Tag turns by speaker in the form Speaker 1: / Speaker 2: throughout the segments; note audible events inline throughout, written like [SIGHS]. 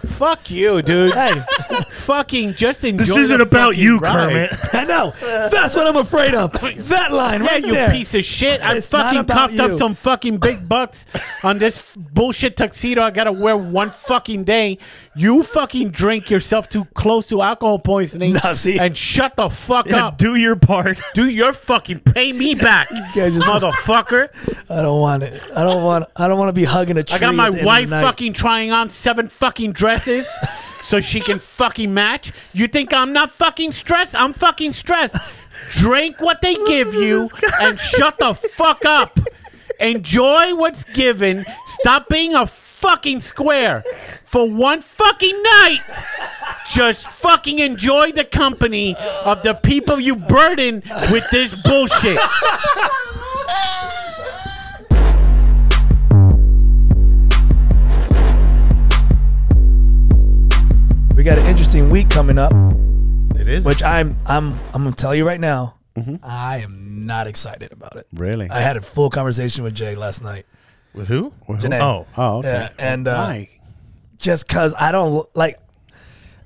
Speaker 1: Fuck you, dude. Hey, fucking just enjoy.
Speaker 2: This
Speaker 1: the
Speaker 2: isn't about
Speaker 1: fucking
Speaker 2: you,
Speaker 1: ride.
Speaker 3: [LAUGHS]
Speaker 2: Kermit.
Speaker 3: I know. That's what I'm afraid of. That line
Speaker 1: Yeah,
Speaker 3: right
Speaker 1: you
Speaker 3: there.
Speaker 1: piece of shit. I'm
Speaker 3: It's not
Speaker 1: fucking
Speaker 3: about
Speaker 1: cuffed up
Speaker 3: you.
Speaker 1: some fucking big bucks on this bullshit tuxedo I gotta wear one fucking day. You fucking drink yourself too close to alcohol poisoning
Speaker 3: Nah, see-
Speaker 1: and shut the fuck
Speaker 2: Yeah,
Speaker 4: Oh.
Speaker 1: up.
Speaker 2: do your part.
Speaker 1: Do your fucking pay me back,
Speaker 3: guys just-
Speaker 1: motherfucker.
Speaker 3: I don't want it. I don't want. I don't want to be hugging a tree.
Speaker 1: I got
Speaker 3: at
Speaker 1: my
Speaker 3: the end of the
Speaker 1: wife
Speaker 3: night.
Speaker 1: fucking trying on seven fucking dresses so she can fucking match. You think I'm not fucking stressed? I'm fucking stressed. Drink what they give you and shut the fuck up. Enjoy what's given. Stop being a fucking square for one fucking night. Just fucking enjoy the company of the people you burden with this bullshit.
Speaker 3: We got an interesting week coming up,
Speaker 2: It is.
Speaker 3: which I'm. I'm. I'm gonna tell you right now.
Speaker 1: Mm-hmm.
Speaker 3: I am not excited about it.
Speaker 4: Really?
Speaker 3: I had a full conversation with Jay last night.
Speaker 2: With who?
Speaker 3: Janae.
Speaker 2: Oh.
Speaker 4: oh, okay.
Speaker 3: Yeah, and uh,
Speaker 4: Why?
Speaker 3: just cause I don't like.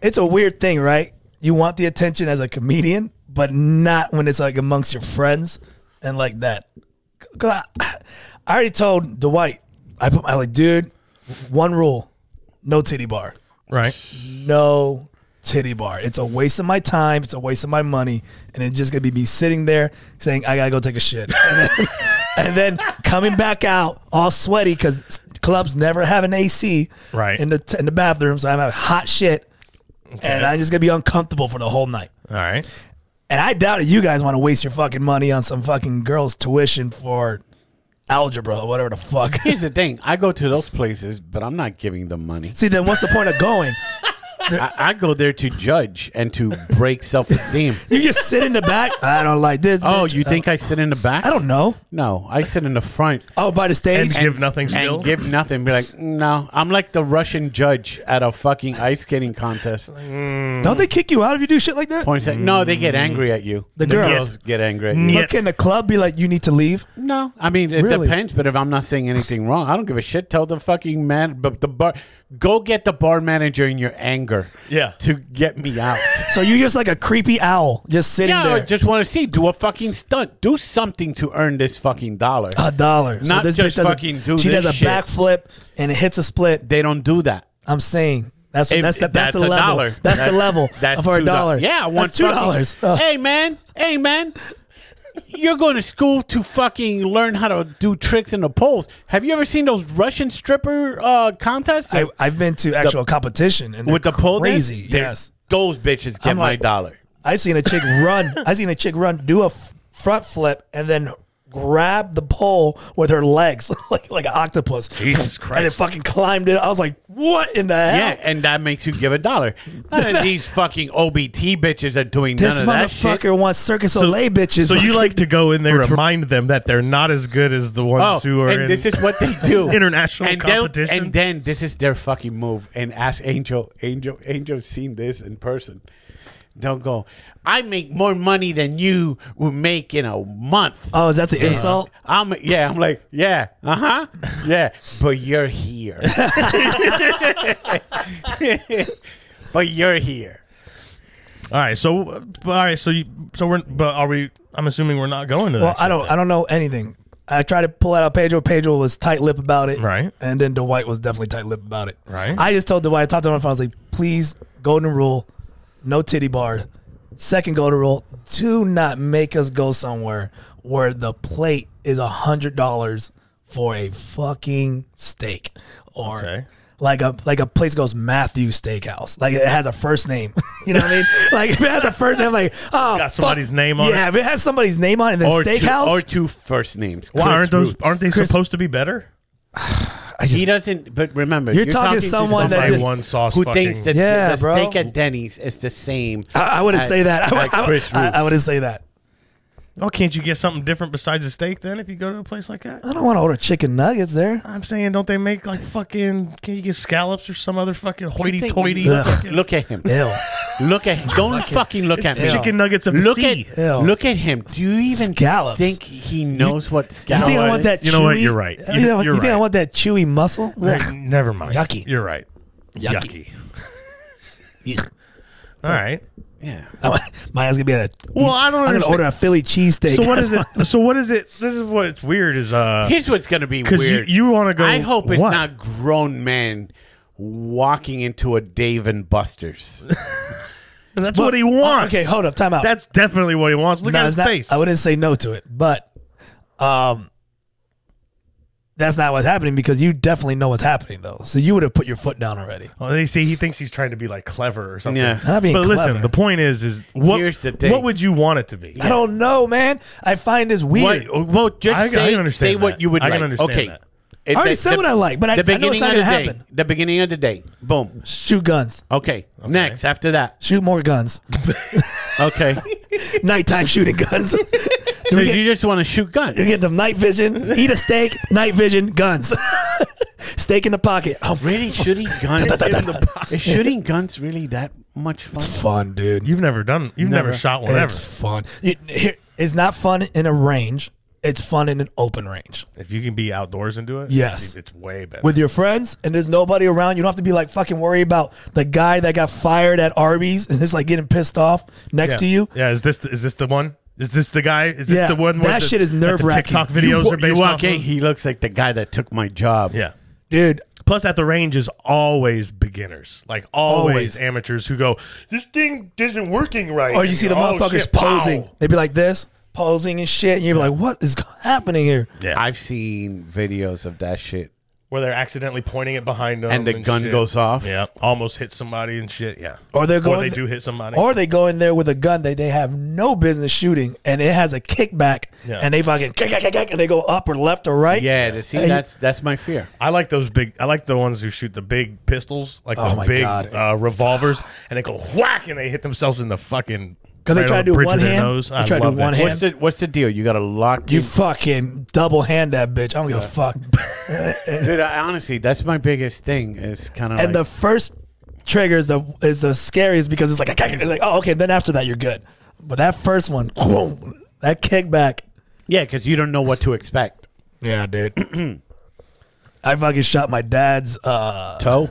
Speaker 3: It's a weird thing, right? You want the attention as a comedian, but not when it's like amongst your friends and like that. 'Cause I, I already told Dwight. I put my like, dude. One rule: no titty bar.
Speaker 2: Right.
Speaker 3: No titty bar. It's a waste of my time. It's a waste of my money, and it's just gonna be me sitting there saying I gotta go take a shit, [LAUGHS] and then, and then coming back out all sweaty because clubs never have an AC
Speaker 2: Right.
Speaker 3: in the in the bathroom, so I'm having hot shit, and I'm just gonna be uncomfortable for the whole night.
Speaker 2: All right.
Speaker 3: And I doubt it. You guys want to waste your fucking money on some fucking girl's tuition for algebra or whatever the fuck. [LAUGHS]
Speaker 4: Here's the thing. I go to those places, but I'm not giving them money.
Speaker 3: See, then what's the point of going?
Speaker 4: I, I go there to judge and to break
Speaker 3: [LAUGHS]
Speaker 4: self-esteem.
Speaker 3: You just sit in the back. I don't like this.
Speaker 4: Oh,
Speaker 3: bitch.
Speaker 4: you think I sit in the back?
Speaker 3: I don't know.
Speaker 4: No, I sit in the front
Speaker 3: Oh, by the
Speaker 2: And,
Speaker 3: stage.
Speaker 2: give nothing still.
Speaker 4: and give nothing. Be like, no, I'm like the Russian judge at a fucking ice skating contest.
Speaker 3: Don't they kick you out if you do shit like that?
Speaker 4: Points at, no, they get angry at you.
Speaker 3: The
Speaker 4: The
Speaker 3: girls.
Speaker 4: girls get angry. At you.
Speaker 3: But can the club be like, you need to leave?
Speaker 4: No, I mean it
Speaker 3: Really?
Speaker 4: depends. But if I'm not saying anything wrong, I don't give a shit. Tell the fucking man, but the bar, go get the bar manager in your anger.
Speaker 2: Yeah.
Speaker 4: to get me out.
Speaker 3: So you're just like a creepy owl, just sitting
Speaker 4: yeah, I
Speaker 3: there.
Speaker 4: just want to see. Do a fucking stunt. Do something to earn this fucking dollar.
Speaker 3: a dollar.
Speaker 4: Not
Speaker 3: this
Speaker 4: just
Speaker 3: bitch does a-
Speaker 4: fucking do
Speaker 3: She
Speaker 4: this
Speaker 3: does a
Speaker 4: shit.
Speaker 3: backflip and it hits a split.
Speaker 4: They don't do that.
Speaker 3: I'm saying that's
Speaker 4: If-
Speaker 3: that's the that's,
Speaker 4: a
Speaker 3: the level.
Speaker 4: dollar.
Speaker 3: That's, the level
Speaker 4: [LAUGHS] that's
Speaker 3: for a
Speaker 4: $2.
Speaker 3: dollar.
Speaker 4: Yeah, I
Speaker 3: That's
Speaker 4: want
Speaker 3: two
Speaker 4: fucking-
Speaker 3: dollars.
Speaker 4: [LAUGHS]
Speaker 3: Oh.
Speaker 4: Hey man, hey man, you're going to school to fucking learn how to do tricks in the poles. Have you ever seen those Russian stripper uh, contests
Speaker 3: I, I've been to actual competition and
Speaker 4: with the pole dance?
Speaker 3: crazy.
Speaker 4: They're-
Speaker 3: Yes,
Speaker 4: those bitches get
Speaker 3: I'm
Speaker 4: my
Speaker 3: like-
Speaker 4: dollar.
Speaker 3: I seen a chick run. I seen a chick run, do a f- front flip, and then grab the pole with her legs [LAUGHS] like like an octopus. And
Speaker 2: Jesus
Speaker 3: then
Speaker 2: Christ.
Speaker 3: fucking climbed it. I was like, what in the hell?
Speaker 4: Yeah, and that makes you give a
Speaker 3: [LAUGHS]
Speaker 4: dollar. None of these fucking OBT bitches are doing
Speaker 3: This
Speaker 4: none of that shit.
Speaker 3: motherfucker wants Circus Olay bitches.
Speaker 2: So you like to go in there and remind them that they're not as good as the ones who are
Speaker 4: Oh, and
Speaker 2: in
Speaker 4: this is what they do
Speaker 2: [LAUGHS] international
Speaker 4: and they'll-
Speaker 2: competitions.
Speaker 4: And then this is their fucking move. And ask Angel, Angel, Angel's seen this in person. They'll go, I make more money than you would make in a month.
Speaker 3: Oh, is that the insult?
Speaker 4: I'm yeah, I'm like, yeah, uh-huh. Yeah. But you're
Speaker 2: [LAUGHS]
Speaker 4: here. [LAUGHS] but you're here.
Speaker 2: all right. So uh, all right. So you, so we're but are we? I'm assuming we're not going to
Speaker 3: Well,
Speaker 2: that.
Speaker 3: I
Speaker 2: shit
Speaker 3: don't.
Speaker 2: then.
Speaker 3: I don't know anything. I tried to pull it out Pedro. Pedro was tight lip about it.
Speaker 2: Right.
Speaker 3: And then Dwight was definitely tight lip about it.
Speaker 2: Right.
Speaker 3: I just told Dwight. I talked to him on the phone. I was like, please, golden rule, no titty bar. Second golden rule: do not make us go somewhere where the plate is a hundred dollars for a fucking steak or.
Speaker 2: Okay.
Speaker 3: Like a like a place goes Matthew Steakhouse. Like it has a first name. [LAUGHS] You know what I mean? Like if it has a first name, like oh
Speaker 2: Got somebody's name on it.
Speaker 3: Yeah, if it has somebody's name on it and then
Speaker 4: Or two,
Speaker 3: steakhouse.
Speaker 4: or two first names.
Speaker 2: Why
Speaker 4: Chris
Speaker 2: aren't those?
Speaker 4: Roots.
Speaker 2: Aren't they
Speaker 3: Chris-
Speaker 2: supposed to be better?
Speaker 4: he doesn't. But remember,
Speaker 3: You're talking to someone that
Speaker 4: somebody
Speaker 3: just-
Speaker 2: One sauce
Speaker 4: who
Speaker 2: fucking-
Speaker 4: thinks that
Speaker 3: Yeah,
Speaker 4: the
Speaker 3: bro.
Speaker 4: steak at Denny's is the same.
Speaker 3: I, I wouldn't
Speaker 4: at-
Speaker 3: say that. I,
Speaker 4: at
Speaker 3: would- I, would-
Speaker 4: Chris
Speaker 3: I,
Speaker 4: Roots.
Speaker 3: I wouldn't say that.
Speaker 2: Oh, can't you get something different besides a steak then if you go to a place like that?
Speaker 3: I don't want to order chicken nuggets there.
Speaker 2: I'm saying, don't they make like fucking? Can you get scallops or some other fucking
Speaker 4: You think-
Speaker 2: hoity-toity?
Speaker 4: Look,
Speaker 2: fucking-
Speaker 4: look at him.
Speaker 3: Ew.
Speaker 4: Look at him. Don't fucking look at me.
Speaker 2: It's chicken nuggets of the
Speaker 4: Look
Speaker 2: sea.
Speaker 4: at
Speaker 3: Ew.
Speaker 4: look at him. Do you even
Speaker 3: Scallops.
Speaker 4: think he knows what
Speaker 3: You
Speaker 4: scallops?
Speaker 3: think I want that?
Speaker 2: You know what?
Speaker 3: chewy-
Speaker 2: You're right.
Speaker 3: You, know-
Speaker 2: You're
Speaker 3: you think I
Speaker 2: right.
Speaker 3: want that chewy muscle? Ugh.
Speaker 2: Never mind.
Speaker 3: Yucky.
Speaker 2: You're right.
Speaker 3: [LAUGHS]
Speaker 2: Yucky. All right.
Speaker 4: Yeah.
Speaker 3: My ass gonna be at a.
Speaker 2: Well, I don't
Speaker 3: I'm gonna
Speaker 2: understand.
Speaker 3: order a Philly cheesesteak.
Speaker 2: So what
Speaker 3: [LAUGHS]
Speaker 2: is it? So what is it? This is what's weird is uh
Speaker 4: Here's what's gonna be
Speaker 2: because you,
Speaker 4: weird.
Speaker 2: you want to go.
Speaker 4: I hope it's
Speaker 2: what?
Speaker 4: not grown men walking into a Dave and
Speaker 2: [LAUGHS]
Speaker 4: Buster's.
Speaker 2: That's what he wants.
Speaker 3: uh, Okay, hold up, time out.
Speaker 2: That's definitely what he wants. Look
Speaker 3: No,
Speaker 2: at
Speaker 3: it's
Speaker 2: his
Speaker 3: not-
Speaker 2: face.
Speaker 3: I wouldn't say no to it, but um, that's not what's happening because you definitely know what's happening though. So you would have put your foot down already.
Speaker 2: Oh, they see he thinks he's trying to be like clever or something.
Speaker 4: Yeah.
Speaker 3: I'm not being
Speaker 2: but listen,
Speaker 3: clever.
Speaker 2: the point is, is what
Speaker 4: Here's the thing.
Speaker 2: what would you want it to be?
Speaker 3: I don't know, man. I find this weird.
Speaker 4: what, well, just
Speaker 2: I- I
Speaker 4: say,
Speaker 2: understand
Speaker 4: say what
Speaker 2: that.
Speaker 4: you would
Speaker 2: I can
Speaker 4: like.
Speaker 2: understand
Speaker 4: okay.
Speaker 2: that.
Speaker 4: It-
Speaker 3: I already
Speaker 4: the-
Speaker 3: said
Speaker 4: the-
Speaker 3: what I like, but I-
Speaker 4: the
Speaker 3: I know it's
Speaker 4: beginning
Speaker 3: not
Speaker 4: of the
Speaker 3: gonna
Speaker 4: day.
Speaker 3: happen.
Speaker 4: The beginning of the day. Boom.
Speaker 3: Shoot guns.
Speaker 4: Okay. Next after that.
Speaker 3: Shoot more
Speaker 4: [LAUGHS]
Speaker 3: guns. [LAUGHS]
Speaker 4: Okay.
Speaker 3: Nighttime shooting guns.
Speaker 4: so you just want to shoot guns.
Speaker 3: you get them night vision. Eat a steak. night vision. Guns. [LAUGHS] steak in the pocket. Oh,
Speaker 4: Really
Speaker 3: [LAUGHS]
Speaker 4: shooting guns? is shooting guns really that much fun?
Speaker 3: fun, dude.
Speaker 2: You've never done. You've never,
Speaker 4: Never.
Speaker 2: shot one ever.
Speaker 3: It's fun. You- here- it's not fun in a range. It's fun in an open range
Speaker 2: If you can be outdoors and do it,
Speaker 3: Yes.
Speaker 2: it's, it's way better.
Speaker 3: with your friends, and there's nobody around. You don't have to be like fucking worried about the guy that got fired at Arby's and is like getting pissed off next
Speaker 2: yeah.
Speaker 3: to you.
Speaker 2: yeah. Is this the, is this the one? Is this the guy? Is this
Speaker 3: Yeah,
Speaker 2: the one? where
Speaker 3: that
Speaker 2: the-
Speaker 3: shit is
Speaker 2: that The
Speaker 3: nerve-wracking.
Speaker 2: TikTok videos are based
Speaker 4: you
Speaker 2: off
Speaker 4: walk in,
Speaker 2: of?
Speaker 4: he looks like the guy that took my job.
Speaker 2: Yeah.
Speaker 3: Dude,
Speaker 2: Plus, at the range is always beginners, like always,
Speaker 3: Always.
Speaker 2: amateurs who go, "This thing isn't working right."
Speaker 3: or you see the
Speaker 2: Oh,
Speaker 3: motherfuckers
Speaker 2: shit, pow.
Speaker 3: posing. They'd be like this, posing and shit. And you're like, what is [LAUGHS] happening here?
Speaker 2: Yeah,
Speaker 4: I've seen videos of that shit.
Speaker 2: where they're accidentally pointing it behind them,
Speaker 4: And the gun
Speaker 2: shit.
Speaker 4: goes off.
Speaker 2: Yeah, almost hit somebody and shit. Yeah,
Speaker 3: Or they're going.
Speaker 2: or they do hit somebody.
Speaker 3: Or they go in there with a gun that they have no business shooting, and it has a kickback,
Speaker 2: Yeah.
Speaker 3: and they fucking kick, kick, kick, kick, and they go up or left or right.
Speaker 4: Yeah, to see
Speaker 3: And you-
Speaker 4: that's that's my fear.
Speaker 2: I like those big. I like the ones who shoot the big pistols, like
Speaker 3: Oh
Speaker 2: the
Speaker 3: my
Speaker 2: big
Speaker 3: God.
Speaker 2: uh, revolvers, and they go whack and they hit themselves in the fucking.
Speaker 3: Because they
Speaker 2: right
Speaker 3: try
Speaker 2: on
Speaker 3: to do
Speaker 2: the bridge
Speaker 3: one
Speaker 2: of their
Speaker 3: hand.
Speaker 2: nose.
Speaker 3: They
Speaker 2: I
Speaker 3: try to do
Speaker 2: love that
Speaker 3: one
Speaker 2: shit.
Speaker 3: hand.
Speaker 4: What's the what's the deal? You got to lock
Speaker 3: You
Speaker 4: in-
Speaker 3: fucking double hand that bitch. I don't give a
Speaker 2: [LAUGHS]
Speaker 3: fuck.
Speaker 4: Dude, I, honestly, that's my biggest thing. Is kind of
Speaker 3: And the first trigger is the is the scariest because it's like, [LAUGHS] it's like oh okay. Then after that you're good. But that first one, [LAUGHS] boom, that kickback.
Speaker 4: yeah, because you don't know what to expect.
Speaker 3: Yeah, dude. I fucking shot my dad's. uh
Speaker 4: Toe,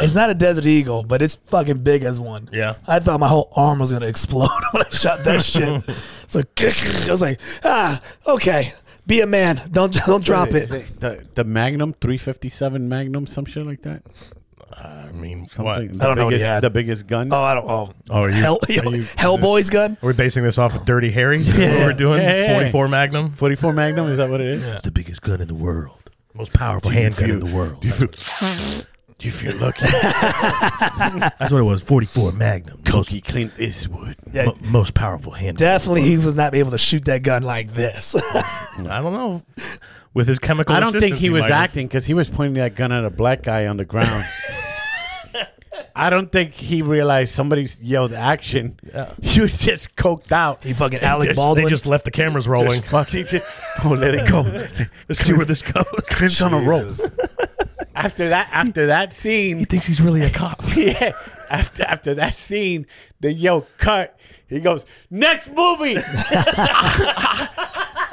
Speaker 3: It's not a desert eagle, but it's fucking big as one.
Speaker 2: Yeah.
Speaker 3: I thought my whole arm was gonna explode [LAUGHS] when I shot that
Speaker 2: [LAUGHS]
Speaker 3: shit. So [LAUGHS] I was like, ah, okay, be a man. Don't don't drop
Speaker 4: Is
Speaker 3: it.
Speaker 4: it The the Magnum, three fifty seven Magnum, some shit like that.
Speaker 2: I mean,
Speaker 4: Something-
Speaker 2: what?
Speaker 4: the
Speaker 3: I don't know what he
Speaker 4: biggest-
Speaker 3: had.
Speaker 4: The biggest gun.
Speaker 3: Oh, I don't. Oh,
Speaker 2: Oh, are [LAUGHS] you-
Speaker 3: Hell,
Speaker 2: are you-
Speaker 3: [LAUGHS] Hellboy's gun.
Speaker 2: Are we basing this off of Dirty Harry? Is that What we're doing?
Speaker 4: Yeah, yeah, yeah.
Speaker 2: 44 Magnum?
Speaker 4: 44 Magnum, is that what it is?
Speaker 5: It's the biggest gun in the world.
Speaker 2: Most powerful handgun in the [LAUGHS] world.
Speaker 5: Do you feel, do you feel lucky? That's what it was. 44 Magnum. Most,
Speaker 4: Cookie Clint Eastwood.
Speaker 3: Yeah,
Speaker 5: mo- most powerful handgun.
Speaker 3: definitely he was not able to shoot that gun like this. [LAUGHS]
Speaker 2: I don't know. With his chemical
Speaker 4: I don't think
Speaker 2: assistance,
Speaker 4: he was
Speaker 2: might have-
Speaker 4: acting because he was pointing that gun at a black guy on the ground.
Speaker 2: [LAUGHS]
Speaker 4: I don't think he realized somebody yelled action. He was just coked out.
Speaker 3: he fucking Alec
Speaker 2: Just-
Speaker 3: Baldwin.
Speaker 2: They just left the cameras rolling. [LAUGHS]
Speaker 4: Fucking shit. oh, let it go.
Speaker 2: Let's see where this goes. Clint's on a roll.
Speaker 4: After that, after that scene,
Speaker 2: Thinks he's really a cop.
Speaker 4: [LAUGHS] yeah. After after that scene, they yell cut. He goes, next movie. [LAUGHS]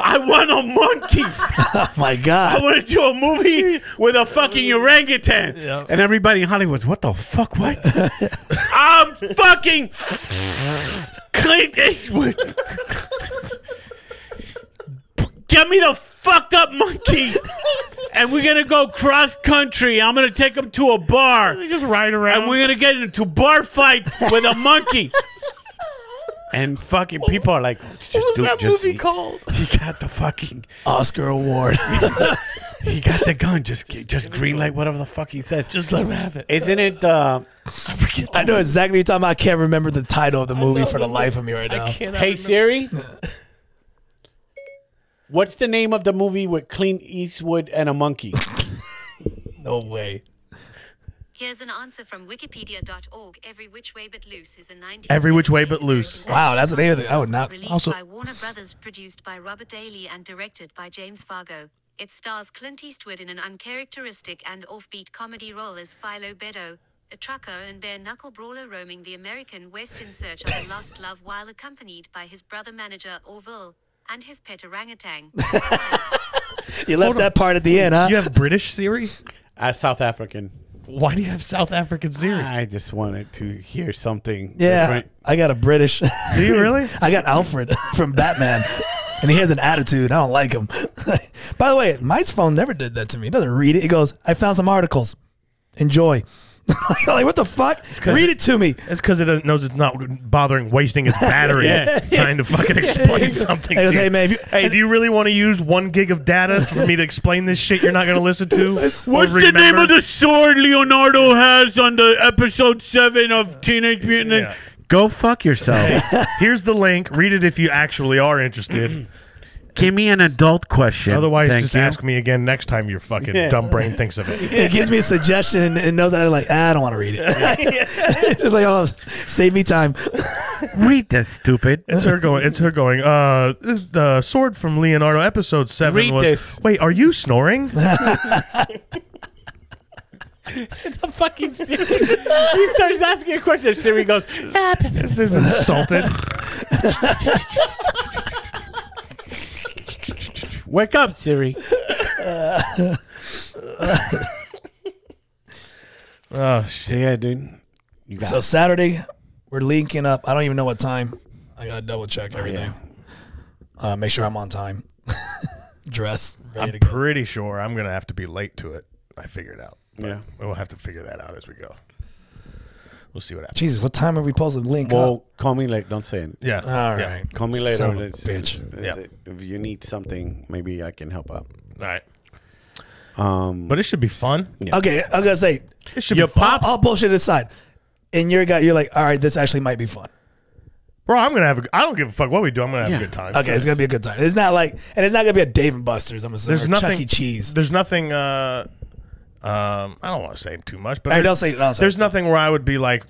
Speaker 4: I want a monkey.
Speaker 3: [LAUGHS] oh my
Speaker 4: I
Speaker 2: [LAUGHS]
Speaker 3: god!
Speaker 4: want to do a movie with a fucking orangutan. And everybody in Hollywood's, what the fuck? [LAUGHS] What? I'm fucking Clint Eastwood. Get me the fuck up monkey. And we're going to go cross country. I'm going to take him to a bar.
Speaker 2: They just ride around.
Speaker 4: And we're going to get into bar fights with a monkey. And fucking people are like, "Oh, what was that movie called? He got the fucking
Speaker 3: Oscar
Speaker 2: [LAUGHS]
Speaker 3: award.
Speaker 4: he got the gun. Just just green light whatever the fuck he says. Just let him have it. Isn't it? Uh,
Speaker 3: I know exactly what you're talking about. I can't remember the title of the movie for the life of me right now.
Speaker 4: hey Siri. What's the name of the movie with Clint Eastwood and a monkey?
Speaker 3: No way.
Speaker 6: Here's an answer from Wikipedia.org. Every which way but loose is a 19.
Speaker 2: Every Which Way But Loose.
Speaker 3: Wow, that's the name of it. I would not-
Speaker 6: Released
Speaker 2: also-
Speaker 6: by Warner Brothers, produced by Robert Daly and directed by James Fargo. It stars Clint Eastwood in an uncharacteristic and offbeat comedy role as Philo Beddo, a trucker and bare knuckle brawler roaming the American West in search of a lost love while accompanied by his brother manager Orville and his pet orangutan.
Speaker 3: You left that part at the end, huh?
Speaker 2: You have British Siri?
Speaker 4: As Uh, South African,
Speaker 2: Why do you have South African series?
Speaker 4: I just wanted to hear something
Speaker 3: Yeah,
Speaker 4: different.
Speaker 3: I got a British.
Speaker 2: [LAUGHS] do you really?
Speaker 3: I got Alfred [LAUGHS] from Batman, and he has an attitude. I don't like him. [LAUGHS] By the way, my phone never did that to me. It doesn't read it. It goes, "I found some articles. Enjoy." [LAUGHS] like what the fuck?
Speaker 2: 'cause
Speaker 3: Read it
Speaker 2: it-
Speaker 3: to me.
Speaker 2: That's because it doesn't- knows it's not bothering wasting its battery trying to fucking explain something.
Speaker 3: Hey,
Speaker 2: to you.
Speaker 3: hey, man, if you-
Speaker 2: hey, do you really want to use one gig of data for me to explain this shit you're not going to listen to?
Speaker 1: What's the name of the sword Leonardo has on the episode seven of Teenage Mutant? Ninja-
Speaker 2: Yeah.
Speaker 1: Go fuck yourself.
Speaker 2: Here's the link. Read it if you actually are interested.
Speaker 1: Give me an adult question.
Speaker 2: Otherwise,
Speaker 1: Thank
Speaker 2: just
Speaker 1: you.
Speaker 2: ask me again next time your fucking dumb brain thinks of it.
Speaker 3: It gives me a suggestion and knows that I'm like, ah, I don't want to [LAUGHS] read it. it's like, oh, save me time.
Speaker 1: Read this,
Speaker 4: [LAUGHS]
Speaker 1: stupid.
Speaker 2: It's her going. It's her going. Uh, this, the sword from Leonardo, episode seven.
Speaker 4: Read
Speaker 2: was,
Speaker 4: this.
Speaker 2: Wait, are you snoring?
Speaker 4: Fucking Siri. he starts asking a question. Siri goes, "Ah,
Speaker 2: this is insulted.
Speaker 4: "Wake up, Siri."
Speaker 2: [LAUGHS] Oh, sh-
Speaker 4: So yeah, dude. You got
Speaker 3: So Saturday, we're linking up. I don't even know what time. I gotta double check everything. Uh, make sure I'm on time. [LAUGHS] Dress. Ready to
Speaker 2: I'm
Speaker 3: go.
Speaker 2: pretty sure I'm gonna have to be late to it. I figured out. But
Speaker 4: Yeah.
Speaker 2: we'll have to figure that out as we go. We'll see what happens.
Speaker 3: Jesus, what time are we supposed to link up?
Speaker 4: Well, call me late. Don't say it.
Speaker 2: Yeah.
Speaker 3: All
Speaker 2: yeah.
Speaker 3: right.
Speaker 4: Call me later.
Speaker 3: Son of a
Speaker 4: That's-
Speaker 3: bitch.
Speaker 4: that's
Speaker 2: Yeah.
Speaker 4: it. If you need something, maybe I can help out.
Speaker 2: All right.
Speaker 4: Um,
Speaker 2: But it should be fun.
Speaker 3: Okay, I'm gonna say
Speaker 2: It should
Speaker 1: Your
Speaker 2: be fun.
Speaker 1: pop-
Speaker 3: all bullshit aside. In your gut, you're like, all right, this actually might be fun.
Speaker 2: Bro, I'm gonna have. A, I don't give a fuck what we do. I'm gonna have
Speaker 4: Yeah.
Speaker 2: a good time.
Speaker 3: Okay, it's gonna be a good time. It's not like, and it's not gonna be a Dave and Buster's. I'm assuming
Speaker 2: There's
Speaker 3: there's
Speaker 2: nothing.
Speaker 3: Chuck E. Cheese.
Speaker 2: There's nothing. Uh, um, I don't want to say too much, but
Speaker 3: All right, don't say. Don't say
Speaker 2: there's nothing where I would be like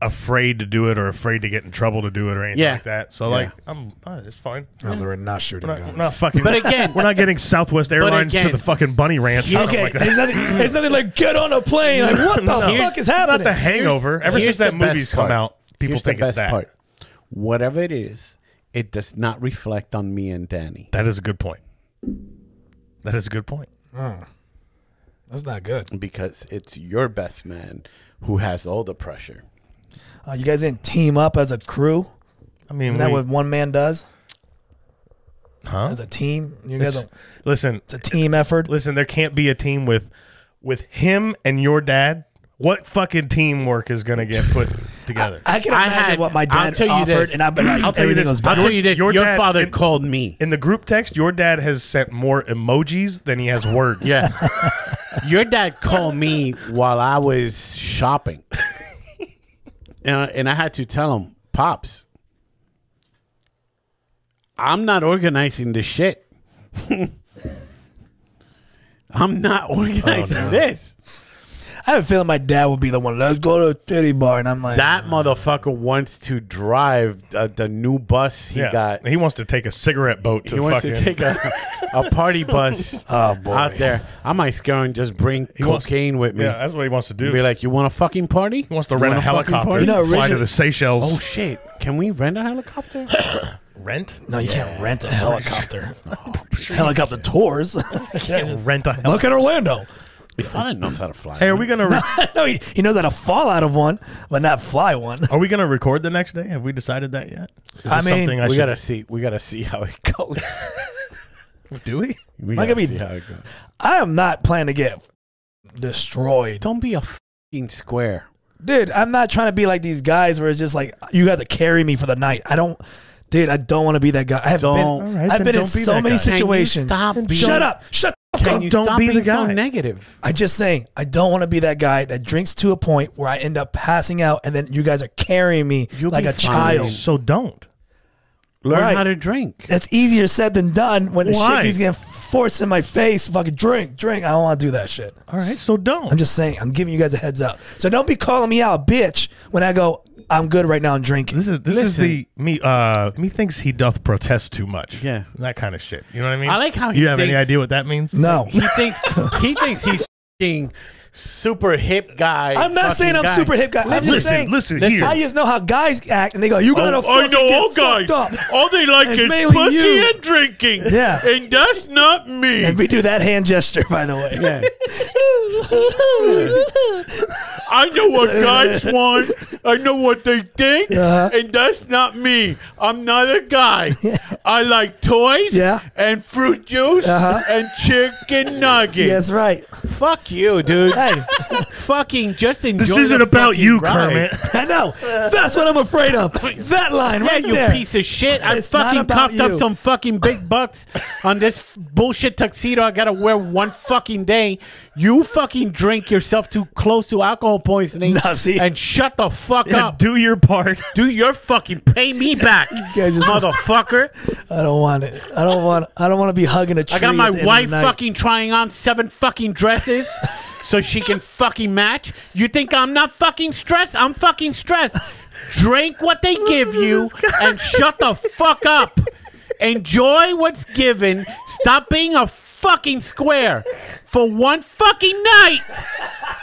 Speaker 2: afraid to do it or afraid to get in trouble to do it or anything
Speaker 4: Yeah.
Speaker 2: like that. So like, I'm. Uh, it's fine.
Speaker 3: Also, we're not shooting
Speaker 2: We're not,
Speaker 3: guns.
Speaker 2: we're not fucking.
Speaker 1: But again-
Speaker 2: [LAUGHS] we're not getting Southwest Airlines to
Speaker 1: again-
Speaker 2: the fucking bunny ranch. or something
Speaker 3: [LAUGHS] Okay,
Speaker 2: like that.
Speaker 3: there's nothing. There's nothing like get on a plane. Like what the
Speaker 2: Oh [LAUGHS] No.
Speaker 3: fuck is
Speaker 2: It's not
Speaker 3: happening?
Speaker 2: the hangover. Ever
Speaker 4: here's
Speaker 2: since that
Speaker 4: the best
Speaker 2: movie's come
Speaker 4: part.
Speaker 2: out, people
Speaker 4: here's
Speaker 2: think
Speaker 4: the
Speaker 2: it's
Speaker 4: best
Speaker 2: that.
Speaker 4: part. Whatever it is, it does not reflect on me and Danny.
Speaker 2: That is a good point. That is a good point.
Speaker 3: That's not good.
Speaker 4: because it's your best man who has all the pressure.
Speaker 3: Uh, you guys didn't team up as a crew.
Speaker 2: I mean,
Speaker 3: Isn't that
Speaker 2: we-
Speaker 3: what one man does?
Speaker 2: Huh?
Speaker 3: As a team, you guys.
Speaker 2: it's-
Speaker 3: Don't,
Speaker 2: listen,
Speaker 3: it's a team effort.
Speaker 2: listen. There can't be a team with with him and your dad. What fucking teamwork is gonna get put together?
Speaker 4: [LAUGHS]
Speaker 3: I can
Speaker 1: I
Speaker 3: imagine
Speaker 1: had-
Speaker 3: what my
Speaker 1: I'll
Speaker 3: dad
Speaker 1: tell you
Speaker 3: offered,
Speaker 1: this.
Speaker 3: and I bet like,
Speaker 2: I'll tell you
Speaker 3: everything was
Speaker 2: this.
Speaker 1: I'll
Speaker 3: bad.
Speaker 1: tell you this.
Speaker 2: Your
Speaker 1: Your,
Speaker 2: dad-
Speaker 1: father
Speaker 2: it-
Speaker 1: called me.
Speaker 2: in the group text, your dad has sent more emojis than he has words.
Speaker 1: Yeah.
Speaker 4: Your dad called me while I was
Speaker 2: [LAUGHS]
Speaker 4: shopping, and, I- and I had to tell him, "Pops, I'm not organizing this shit. [LAUGHS] I'm not
Speaker 2: Oh,
Speaker 4: organizing this."
Speaker 3: I have a feeling my dad would be the one. Let's go to a titty bar, and I'm like,
Speaker 4: That motherfucker wants to drive the, the new bus he
Speaker 2: [LAUGHS] Yeah.
Speaker 4: got.
Speaker 2: He wants to take a cigarette boat to
Speaker 4: He wants
Speaker 2: fucking. Oh,
Speaker 4: to take a, a
Speaker 2: [LAUGHS]
Speaker 4: party bus out there. I might scare him. Just bring
Speaker 2: wants-
Speaker 4: cocaine with me.
Speaker 2: yeah, that's what he wants to do.
Speaker 4: Be
Speaker 2: He
Speaker 4: like, you want a fucking party?
Speaker 2: wants to rent a helicopter,
Speaker 3: You know,
Speaker 2: fly to
Speaker 3: originally-
Speaker 2: the Seychelles.
Speaker 4: Oh shit! Can we rent a helicopter?
Speaker 2: rent?
Speaker 3: no, you can't rent a helicopter. [LAUGHS] helicopter tours.
Speaker 2: Rent a helicopter.
Speaker 3: Look at Orlando. [LAUGHS]
Speaker 4: if I didn't know how to fly,
Speaker 2: Hey, are we gonna? Re-
Speaker 3: no, he, he knows how to fall out of one, but not fly one.
Speaker 2: Are we going to record the next day? Have we decided that yet? Is
Speaker 3: I
Speaker 2: this
Speaker 3: mean,
Speaker 2: something I
Speaker 4: we
Speaker 2: should,
Speaker 4: gotta see. We gotta see how it goes.
Speaker 2: do we?
Speaker 4: We
Speaker 3: Might
Speaker 4: gotta
Speaker 3: be-
Speaker 4: see how it goes.
Speaker 3: I am not planning to get destroyed.
Speaker 4: Don't be a fucking square.
Speaker 3: Dude, I'm not trying to be like these guys where it's just like you have to carry me for the night. I don't dude, I don't want to be that guy. I have
Speaker 4: Don't- All
Speaker 3: been
Speaker 2: right,
Speaker 3: I've
Speaker 2: then
Speaker 3: been in
Speaker 2: don't be
Speaker 3: so
Speaker 2: that
Speaker 3: many
Speaker 2: guy. Can
Speaker 4: you
Speaker 3: situations.
Speaker 4: stop being-
Speaker 3: Shut up. Shut the fuck
Speaker 4: Can
Speaker 3: up.
Speaker 4: you
Speaker 2: don't
Speaker 4: stop
Speaker 2: be the
Speaker 4: being so
Speaker 2: guy.
Speaker 4: negative?
Speaker 3: I'm just saying, I don't want to be that guy that drinks to a point where I end up passing out and then you guys are carrying me
Speaker 4: You'll
Speaker 3: like
Speaker 4: be
Speaker 3: a
Speaker 4: fine.
Speaker 3: child.
Speaker 2: So don't.
Speaker 4: Learn
Speaker 3: Right.
Speaker 4: how to
Speaker 3: [LAUGHS]
Speaker 4: drink.
Speaker 3: That's easier said than done when the
Speaker 2: Why?
Speaker 3: shit he's getting forced in my face. Fucking drink, drink. I don't want to do that shit.
Speaker 2: All right, so
Speaker 3: I'm
Speaker 2: don't.
Speaker 3: just saying, I'm giving you guys a heads up. So don't be calling me out, bitch, when I go, I'm good right now and drinking.
Speaker 2: This is this is the me uh me thinks he doth protest too much.
Speaker 4: Yeah.
Speaker 2: That kind of shit. You know what I mean?
Speaker 1: I like how he
Speaker 2: You have any
Speaker 1: thinks-
Speaker 2: idea what that means?
Speaker 3: no.
Speaker 1: He thinks he thinks he's fing
Speaker 4: super hip guy.
Speaker 3: I'm not saying I'm
Speaker 4: fucking
Speaker 3: super hip guy. I'm
Speaker 5: Listen,
Speaker 3: just saying,
Speaker 5: listen here.
Speaker 3: I just know how guys act, and they go,
Speaker 4: Oh,
Speaker 3: "You gotta
Speaker 1: I
Speaker 3: fucking
Speaker 1: know
Speaker 3: get
Speaker 1: all guys.
Speaker 3: fucked up."
Speaker 1: All they like
Speaker 3: It's
Speaker 1: is
Speaker 3: mainly
Speaker 1: pussy
Speaker 3: you.
Speaker 1: and drinking.
Speaker 3: Yeah.
Speaker 1: and that's not me.
Speaker 3: And we do that hand gesture, by the way. [LAUGHS]
Speaker 1: I know what guys want. I know what they think,
Speaker 3: Uh-huh.
Speaker 1: and that's not me. I'm not a
Speaker 3: [LAUGHS]
Speaker 1: guy. I like toys
Speaker 3: Yeah.
Speaker 1: and fruit juice
Speaker 3: Uh-huh.
Speaker 1: and chicken nuggets.
Speaker 4: [LAUGHS]
Speaker 3: That's right.
Speaker 4: Fuck you, dude.
Speaker 3: [LAUGHS] Hey,
Speaker 4: fucking just enjoy.
Speaker 5: This isn't
Speaker 4: the
Speaker 5: about
Speaker 4: fucking
Speaker 5: you,
Speaker 4: ride.
Speaker 5: Kermit.
Speaker 3: I know. That's what I'm afraid of. That line
Speaker 4: Yeah,
Speaker 3: right
Speaker 4: you
Speaker 3: there.
Speaker 4: piece of shit. I
Speaker 3: It's not
Speaker 4: fucking
Speaker 3: about
Speaker 4: coughed
Speaker 3: you.
Speaker 4: up some fucking big bucks on this bullshit tuxedo I gotta wear one fucking day. You fucking drink yourself too close to alcohol poisoning
Speaker 3: No, see-
Speaker 4: and shut the fuck
Speaker 2: Yeah,
Speaker 4: up.
Speaker 2: do your part.
Speaker 4: Do your fucking pay me
Speaker 3: [LAUGHS]
Speaker 4: back,
Speaker 3: guys just-
Speaker 4: motherfucker.
Speaker 3: I don't want it. I don't want. I don't want to be hugging a tree.
Speaker 4: I got
Speaker 3: at
Speaker 4: my
Speaker 3: the end of
Speaker 4: wife
Speaker 3: the night.
Speaker 4: fucking trying on seven fucking
Speaker 3: [LAUGHS]
Speaker 4: dresses so she can fucking match. You think I'm not fucking stressed? I'm fucking stressed. Drink what they give you and shut the fuck up. Enjoy what's given. Stop being a fucking square for one fucking night.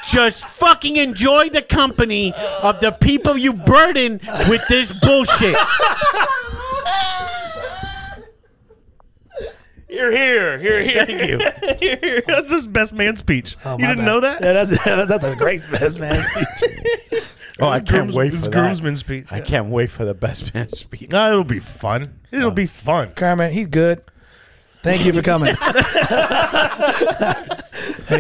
Speaker 4: Just fucking enjoy the company of the people you burden with this bullshit.
Speaker 2: You're here. You're here.
Speaker 4: Thank you.
Speaker 2: You're here. That's his best man speech. you
Speaker 3: Oh, My
Speaker 2: didn't
Speaker 3: bad.
Speaker 2: know that?
Speaker 3: Yeah, that's, [LAUGHS] that's a great best man [LAUGHS] speech.
Speaker 4: Oh, I
Speaker 2: Groom's- his groomsman speech.
Speaker 4: I can't wait for the best man speech.
Speaker 2: No, it'll be fun. It'll be fun.
Speaker 3: Carmen, he's good. Thank you for coming. [LAUGHS] hey,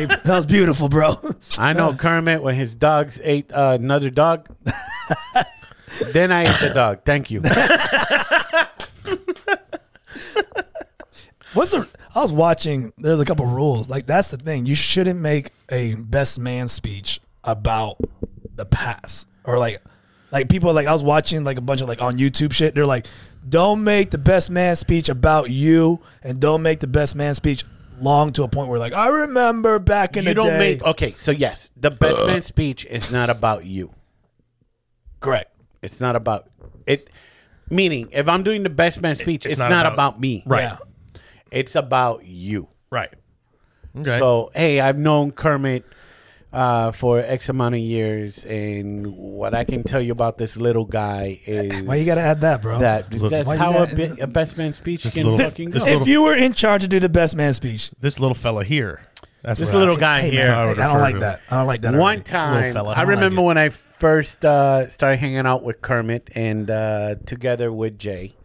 Speaker 3: that was beautiful, bro.
Speaker 4: I know Kermit when his dogs ate uh, another dog. then I ate the dog. Thank you.
Speaker 3: What's the? I was watching. There's a couple rules. Like that's the thing. You shouldn't make a best man speech about the past or like, like people like I was watching like a bunch of like on YouTube shit. They're like, don't make the best man speech about you, and don't make the best man speech long to a point where like I remember back in
Speaker 4: you
Speaker 3: the
Speaker 4: don't
Speaker 3: day.
Speaker 4: make okay. So yes, the best man speech is not about you.
Speaker 3: correct.
Speaker 4: It's not about it. Meaning, if I'm doing the best man speech, it's, not, about, me.
Speaker 2: Right.
Speaker 3: Yeah.
Speaker 4: It's about you.
Speaker 2: Right. Okay.
Speaker 4: So hey, I've known Kermit uh, for X amount of years, and what I can tell you about this little guy is
Speaker 3: Why you gotta add that, bro?
Speaker 4: that that's
Speaker 3: Why you
Speaker 4: how a,
Speaker 3: gotta-
Speaker 4: bi- a best man speech can
Speaker 2: little-
Speaker 4: fucking go.
Speaker 2: this
Speaker 3: If you were in charge to do the best man speech,
Speaker 2: this little fella here. That's
Speaker 4: This
Speaker 2: what I-
Speaker 4: little guy
Speaker 3: hey,
Speaker 4: here.
Speaker 3: man,
Speaker 2: I
Speaker 3: I,
Speaker 2: would
Speaker 3: don't
Speaker 2: refer
Speaker 3: like
Speaker 2: to
Speaker 3: that. I don't like that.
Speaker 4: One
Speaker 3: already.
Speaker 4: time,
Speaker 2: fella.
Speaker 4: I
Speaker 2: I
Speaker 4: remember
Speaker 2: like it.
Speaker 4: when I first uh, started hanging out with Kermit and uh, together with Jay.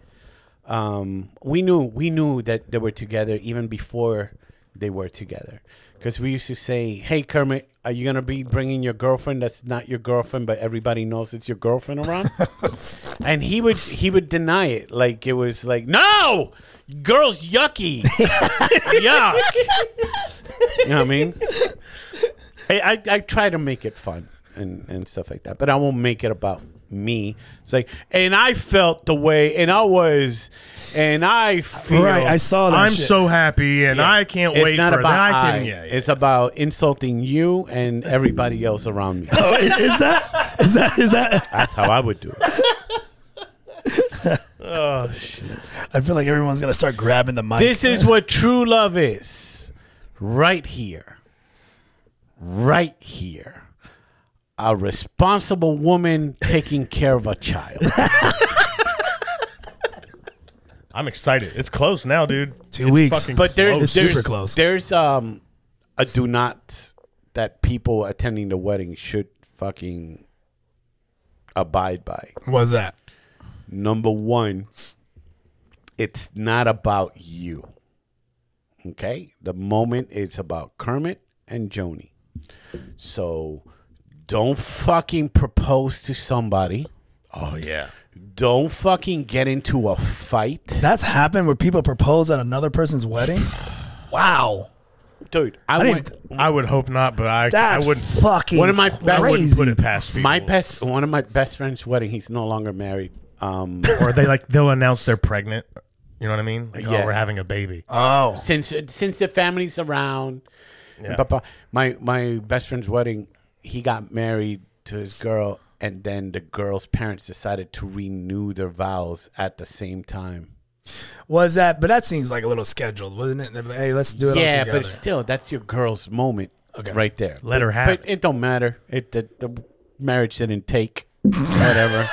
Speaker 4: Um, we knew we knew that they were together even before they were together, because we used to say, "Hey Kermit, are you gonna be bringing your girlfriend? That's not your girlfriend, but everybody knows it's your girlfriend
Speaker 3: [LAUGHS]
Speaker 4: around." and he would he would deny it, like it was like, "No, girls yucky, [LAUGHS] yuck." You know what I mean? I, I, I try to make it fun and, and stuff like that, but I won't make it about me. It's like, and I felt the way, and I was, and I feel.
Speaker 3: Right, I saw that.
Speaker 2: I'm
Speaker 3: shit.
Speaker 2: so happy, and I can't
Speaker 4: It's
Speaker 2: wait
Speaker 4: not
Speaker 2: for
Speaker 4: about
Speaker 2: that. I
Speaker 4: I.
Speaker 2: can, yeah, yeah.
Speaker 4: It's about insulting you and everybody else around me.
Speaker 3: Oh, is, is that? Is that? Is that?
Speaker 4: That's how I would do it.
Speaker 3: I feel like everyone's gonna start grabbing the mic.
Speaker 4: This is what true love is. Right here. Right here. A responsible woman taking care of a
Speaker 3: [LAUGHS]
Speaker 4: child.
Speaker 2: I'm excited. It's close now, dude.
Speaker 3: Two
Speaker 2: It's
Speaker 3: weeks.
Speaker 2: fucking
Speaker 4: But there's,
Speaker 2: close.
Speaker 4: there's
Speaker 3: super close.
Speaker 4: There's um a do not that people attending the wedding should fucking abide by.
Speaker 3: was that?
Speaker 4: Number one, it's not about you. Okay? The moment it's about Kermit and Joni. So don't fucking propose to somebody.
Speaker 2: oh yeah.
Speaker 4: Don't fucking get into a fight.
Speaker 3: That's happened where people propose at another person's wedding. Wow,
Speaker 4: Dude, I,
Speaker 3: I
Speaker 4: went
Speaker 3: didn't-
Speaker 2: I would hope not, but I
Speaker 3: that's
Speaker 2: I wouldn't.
Speaker 3: fucking
Speaker 4: One of my- I
Speaker 2: I wouldn't
Speaker 3: crazy.
Speaker 2: put it past people.
Speaker 4: my best one of my best friend's wedding, he's no longer married. Um
Speaker 2: or they like they'll announce they're pregnant. You know what I mean? Like,
Speaker 4: Yeah. Uh,
Speaker 2: oh, we're having a baby.
Speaker 3: oh,
Speaker 4: since since the family's around.
Speaker 2: Yeah.
Speaker 4: And Papa, my my best friend's wedding, he got married to his girl, and then the girl's parents decided to renew their vows at the same time.
Speaker 3: was that? But that seems like a little scheduled, wasn't it? They're like, Hey, let's do it. all
Speaker 4: yeah,
Speaker 3: together.
Speaker 4: but still, that's your girl's moment.
Speaker 3: Okay.
Speaker 4: right there.
Speaker 2: Let her have
Speaker 4: But
Speaker 2: it.
Speaker 4: it don't matter. It the, the marriage didn't take whatever.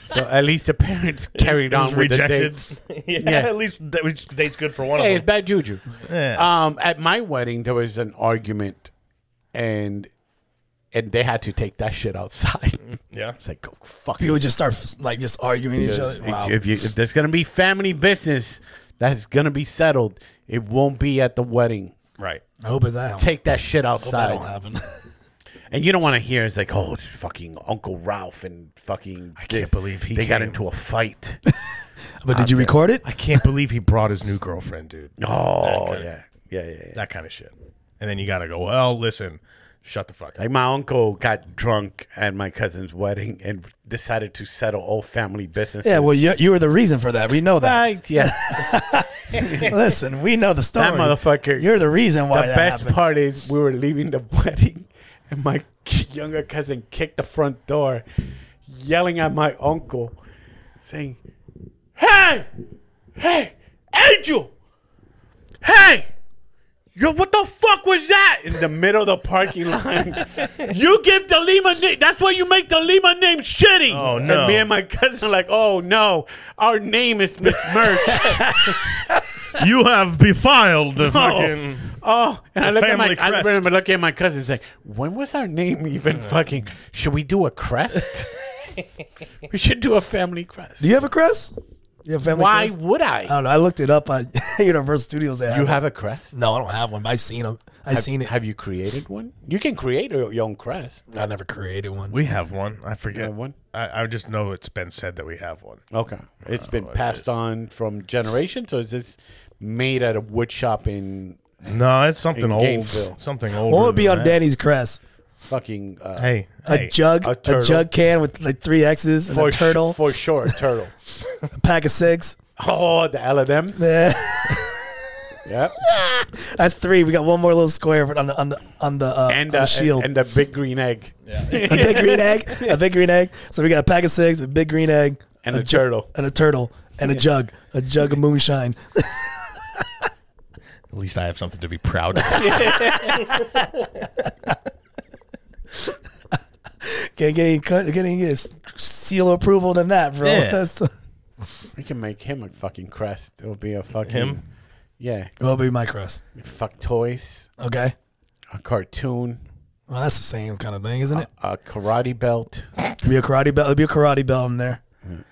Speaker 4: so at least the parents carried on with the
Speaker 2: rejected.
Speaker 4: date.
Speaker 2: [LAUGHS] yeah, at least that which date's good for one
Speaker 4: Hey,
Speaker 2: of
Speaker 4: it's
Speaker 2: them.
Speaker 4: bad juju.
Speaker 2: Yeah.
Speaker 4: Um, at my wedding, there was an argument, and and they had to take that shit outside. [LAUGHS]
Speaker 2: Yeah.
Speaker 4: It's like go fuck.
Speaker 3: People just start f- like just arguing each
Speaker 4: Because
Speaker 3: other. Wow.
Speaker 4: If, you, if there's gonna be family business that's gonna be settled, it won't be at the wedding.
Speaker 2: Right.
Speaker 3: I hope it's that.
Speaker 4: Take that shit
Speaker 3: hope that don't
Speaker 4: outside,
Speaker 3: happen.
Speaker 4: and you don't want to hear it's like, oh, it's fucking Uncle Ralph and fucking. I
Speaker 2: can't believe he
Speaker 4: they got
Speaker 2: came.
Speaker 4: into a fight.
Speaker 3: [LAUGHS] but did you record it?
Speaker 2: I can't believe he brought his new girlfriend, dude.
Speaker 4: oh
Speaker 2: Okay.
Speaker 4: yeah, yeah, yeah. yeah.
Speaker 2: That kind of shit. And then you got to go, well, listen, shut the fuck up.
Speaker 4: Like my uncle got drunk at my cousin's wedding and decided to settle all family business.
Speaker 3: Yeah. Well, you, you were the reason for that. We know that.
Speaker 4: right. Yeah.
Speaker 3: Listen, we know the story.
Speaker 4: That motherfucker.
Speaker 3: You're the reason why
Speaker 4: the
Speaker 3: that
Speaker 4: best
Speaker 3: happened.
Speaker 4: part is we were leaving the [LAUGHS] wedding and my [LAUGHS] younger cousin kicked the front door yelling at my uncle saying hey hey angel hey yo what the fuck was that in the middle of the parking
Speaker 3: [LAUGHS]
Speaker 4: lot you give the lima name that's why you make the lima name shitty
Speaker 2: Oh, no.
Speaker 4: and me and my cousin are like oh no our name is
Speaker 3: [LAUGHS]
Speaker 4: besmirched
Speaker 2: you have defiled [LAUGHS] the fucking.
Speaker 4: Oh, and I
Speaker 2: The
Speaker 4: look at my,
Speaker 2: family
Speaker 4: I
Speaker 2: crest.
Speaker 4: remember looking at my cousin and saying, "When was our name [LAUGHS] even fucking? Should we do a
Speaker 2: [LAUGHS]
Speaker 4: crest? we should do a family crest.
Speaker 3: Do you have a crest? You have a family
Speaker 4: Why
Speaker 3: crest? Uh,
Speaker 4: would I?
Speaker 3: I don't know. I looked it up on [LAUGHS] Universal Studios. They
Speaker 4: you
Speaker 3: it.
Speaker 4: have a crest?
Speaker 3: No, I don't have one. But I've seen them. I've seen it.
Speaker 4: Have you created one? You can create your your own crest.
Speaker 3: I never created one.
Speaker 2: We have one. I forget.
Speaker 4: have one?
Speaker 2: I, I just know it's been said that we have one.
Speaker 4: Okay, it's been
Speaker 2: what it
Speaker 4: passed
Speaker 2: is.
Speaker 4: on from generation. So is this made at a wood shop in
Speaker 2: No, it's something
Speaker 4: In
Speaker 2: old.
Speaker 4: Gainesville.
Speaker 2: Something old.
Speaker 3: What would be on Danny's crest?
Speaker 4: fucking uh,
Speaker 2: Hey,
Speaker 3: A
Speaker 2: hey,
Speaker 3: jug,
Speaker 4: a
Speaker 3: a,
Speaker 4: turtle.
Speaker 3: jug can with like three X's, and a
Speaker 4: sh-
Speaker 3: turtle,
Speaker 4: for sure,
Speaker 3: [LAUGHS]
Speaker 4: turtle.
Speaker 3: a pack of six. [LAUGHS]
Speaker 4: oh, the L and M's.
Speaker 3: Yeah. [LAUGHS]
Speaker 4: Yep,
Speaker 3: That's three. We got one more little square for- on the on the on the, uh,
Speaker 4: and
Speaker 3: on the
Speaker 4: uh,
Speaker 3: shield.
Speaker 4: and, and the big green egg
Speaker 3: a big green
Speaker 4: [LAUGHS]
Speaker 3: egg, a big green egg. So we got a pack of six, a big green egg,
Speaker 4: and
Speaker 3: a
Speaker 4: a turtle.
Speaker 3: and a turtle, and a jug, a jug of moonshine. [LAUGHS]
Speaker 2: At least I have something to be proud of.
Speaker 3: Can't get any cut, can't get any s- seal approval than that, bro. [LAUGHS]
Speaker 2: Yeah.
Speaker 3: That's
Speaker 4: We can make him a fucking crest. It'll be a fucking
Speaker 2: Him?
Speaker 4: Yeah,
Speaker 3: will be my crest.
Speaker 4: fuck toys,
Speaker 3: Okay,
Speaker 4: a cartoon,
Speaker 3: well that's the same kind of thing, isn't it?
Speaker 4: a karate
Speaker 3: [LAUGHS]
Speaker 4: belt.
Speaker 2: Oh.
Speaker 3: It'd be a karate belt. It'd be a karate belt in there.
Speaker 2: [LAUGHS]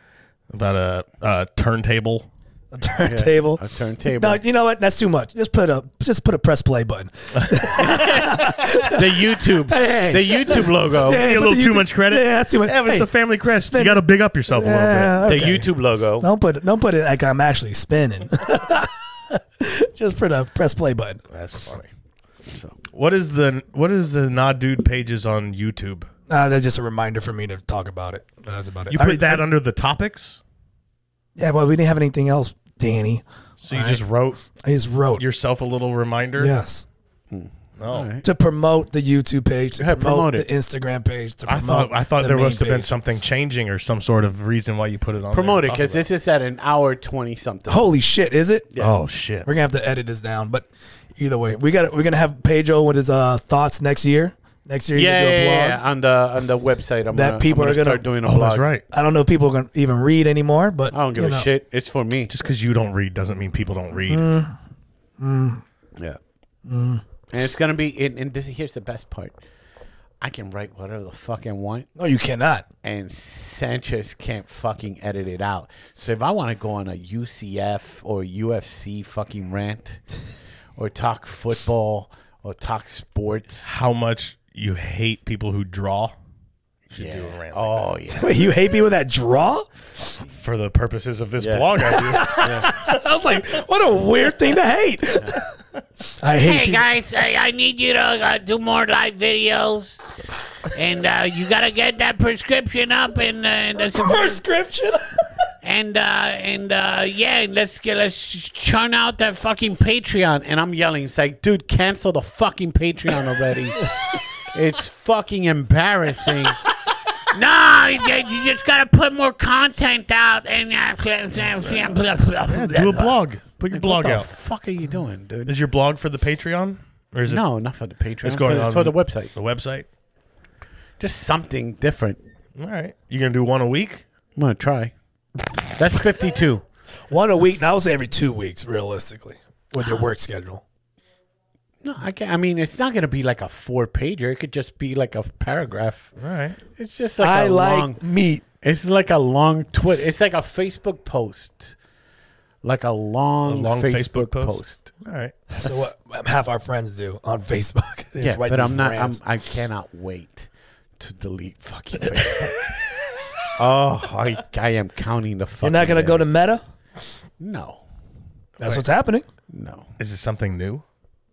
Speaker 2: About a, a turntable.
Speaker 3: A turntable.
Speaker 4: a turntable.
Speaker 3: No, you know what? That's too much. Just put a just put a press play button.
Speaker 4: the YouTube,
Speaker 3: Hey,
Speaker 4: the YouTube logo,
Speaker 3: Yeah,
Speaker 2: Get a
Speaker 3: put the
Speaker 2: little too
Speaker 3: YouTube-
Speaker 2: much credit.
Speaker 3: Yeah, that's too much.
Speaker 2: Yeah, but it's
Speaker 3: Hey,
Speaker 2: a family crest.
Speaker 3: spin-
Speaker 2: You got to big up yourself a
Speaker 3: Yeah,
Speaker 2: little bit.
Speaker 4: the
Speaker 3: okay.
Speaker 4: YouTube logo.
Speaker 3: Don't put it. Don't put it like I'm actually spinning. [LAUGHS] Just put a press play button.
Speaker 2: That's funny. What is the what is the nah dude pages on YouTube?
Speaker 3: Uh, that's just a reminder for me to talk about it. But that's about it.
Speaker 2: You
Speaker 3: I
Speaker 2: put
Speaker 3: mean,
Speaker 2: that
Speaker 3: I-
Speaker 2: under the topics,
Speaker 3: Yeah, well, we didn't have anything else, Danny.
Speaker 2: so you just wrote
Speaker 3: I just wrote.
Speaker 2: yourself a little reminder.
Speaker 3: yes. Hmm.
Speaker 2: No.
Speaker 3: To promote the YouTube page, to
Speaker 4: Yeah,
Speaker 3: promote,
Speaker 4: promote it.
Speaker 3: the Instagram page, to
Speaker 2: I
Speaker 3: promote
Speaker 2: thought I thought
Speaker 3: the
Speaker 2: there
Speaker 3: main
Speaker 2: must have been
Speaker 3: page.
Speaker 2: something changing or some sort of reason why you put it on.
Speaker 4: Promote
Speaker 2: there Oh,
Speaker 4: it
Speaker 2: and
Speaker 4: because
Speaker 2: talk
Speaker 4: this is at an hour twenty something.
Speaker 3: Holy shit, is it?
Speaker 2: about it. Oh shit!
Speaker 3: We're gonna have to edit this down, but either way, we got we're gonna have Pedro with his uh, thoughts next year. Next year, he's
Speaker 4: yeah,
Speaker 3: gonna do a
Speaker 4: yeah,
Speaker 3: blog.
Speaker 4: yeah, on the on the website. I'm
Speaker 3: That
Speaker 4: gonna,
Speaker 3: people
Speaker 4: I'm gonna
Speaker 3: are gonna-
Speaker 4: start doing a
Speaker 2: Oh,
Speaker 4: blog.
Speaker 2: that's right.
Speaker 3: I don't know if people are gonna even read anymore, but
Speaker 4: I don't give
Speaker 3: you
Speaker 4: a
Speaker 3: know.
Speaker 4: shit. It's for me.
Speaker 2: Just because you don't read doesn't mean people don't read.
Speaker 4: Mm. Yeah. And it's gonna be. And, and this here's the best part. I can write whatever the fuck I want.
Speaker 3: No, you cannot.
Speaker 4: and Sanchez can't fucking edit it out. So if I want to go on a UCF or UFC fucking rant, or talk football, or talk sports,
Speaker 2: How much you hate people who draw
Speaker 4: yeah.
Speaker 2: do a rant like
Speaker 4: oh yeah,
Speaker 3: Wait, you hate me with that draw? [LAUGHS]
Speaker 2: for the purposes of
Speaker 4: [LAUGHS]
Speaker 2: this
Speaker 4: Yeah.
Speaker 2: blog. I do.
Speaker 3: I was like, what a weird thing to hate. [LAUGHS] I hate. people.
Speaker 1: guys, I, I need you to uh, do more live videos, and uh, you gotta get that prescription up and uh, and the support-
Speaker 3: [LAUGHS] prescription. [LAUGHS]
Speaker 1: and uh, and uh, yeah, and let's get let's churn out that fucking
Speaker 4: Patreon, and I'm yelling. It's like, dude, cancel the fucking Patreon already. it's fucking embarrassing. [LAUGHS]
Speaker 1: No, you, you just gotta put more content out and
Speaker 4: uh, [LAUGHS]
Speaker 2: do a blog. Put your blog
Speaker 4: what the
Speaker 2: out.
Speaker 4: fuck are you doing, dude?
Speaker 2: Is your blog for the Patreon? Or is it
Speaker 4: no, not for the Patreon.
Speaker 2: It's going
Speaker 4: for,
Speaker 2: on
Speaker 4: for the website.
Speaker 2: the website?
Speaker 4: Just something different.
Speaker 2: All right. You gonna do one a week?
Speaker 4: I'm gonna try. That's 52.
Speaker 3: One a week, and I would say every two weeks, realistically, with your work schedule.
Speaker 4: No, I can't. I mean, it's not gonna be like a four pager. It could just be like a paragraph.
Speaker 2: All right.
Speaker 4: It's just like
Speaker 3: I
Speaker 4: a
Speaker 3: like
Speaker 4: long.
Speaker 3: meat.
Speaker 4: It's like a long Twitter. It's like a Facebook post. Like a long,
Speaker 2: long
Speaker 4: Facebook,
Speaker 2: Facebook post?
Speaker 4: post.
Speaker 2: All right.
Speaker 3: So what half our friends do on Facebook. [LAUGHS] They just
Speaker 4: Yeah,
Speaker 3: write
Speaker 4: but
Speaker 3: these
Speaker 4: I'm not. I'm,
Speaker 3: rants.
Speaker 4: I cannot wait to delete
Speaker 2: [LAUGHS]
Speaker 4: fucking Facebook.
Speaker 2: Oh,
Speaker 4: I, I am counting the fucking.
Speaker 3: You're not gonna go to
Speaker 4: days.
Speaker 3: Meta.
Speaker 4: No,
Speaker 3: That's what's happening.
Speaker 4: no.
Speaker 2: is it something new?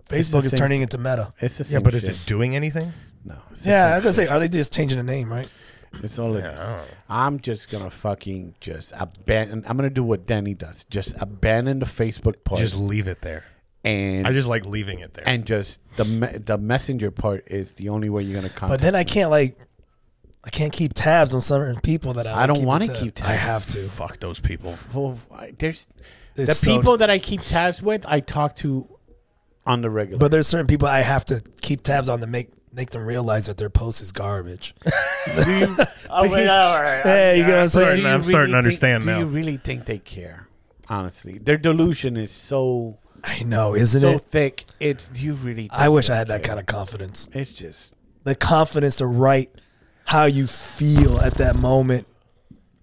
Speaker 3: Facebook is
Speaker 4: same-
Speaker 3: turning into Meta.
Speaker 4: It's the same.
Speaker 2: Yeah, but
Speaker 4: shit.
Speaker 2: is it doing anything?
Speaker 4: No. It's the
Speaker 3: Yeah, I
Speaker 4: same
Speaker 3: was gonna say, are they just changing the name, right?
Speaker 4: It's all it
Speaker 2: Yeah,
Speaker 4: is.
Speaker 2: I don't know.
Speaker 4: I'm just gonna fucking just abandon. I'm gonna do what Danny does. Just abandon the Facebook part
Speaker 2: Just leave it there.
Speaker 4: and
Speaker 2: I just like leaving it there.
Speaker 4: and just the me- the messenger part is the only way you're gonna
Speaker 3: But
Speaker 4: contact.
Speaker 3: then I can't like, I can't keep tabs on certain people that I,
Speaker 4: I don't
Speaker 3: want
Speaker 4: wanna
Speaker 3: to
Speaker 4: keep
Speaker 3: I
Speaker 4: tabs.
Speaker 3: have to.
Speaker 2: fuck those people.
Speaker 4: Well, I- there's
Speaker 3: It's
Speaker 4: the
Speaker 3: so-
Speaker 4: people that I keep tabs with. I talk to on the regular.
Speaker 3: But there's certain people I have to keep tabs on to make make them realize that their post is garbage.
Speaker 2: [LAUGHS] Oh, wait, all
Speaker 3: [LAUGHS]
Speaker 2: right.
Speaker 3: Hey, you know what I'm
Speaker 2: sorry,
Speaker 3: saying?
Speaker 2: man. I'm starting to understand
Speaker 4: think,
Speaker 2: now.
Speaker 4: Do you really think they care? Honestly, their delusion is so
Speaker 3: I know, isn't
Speaker 4: so
Speaker 3: it?
Speaker 4: thick. It's do you really? Think
Speaker 3: I wish I had that kind of confidence.
Speaker 4: It's just
Speaker 3: The confidence to write how you feel at that moment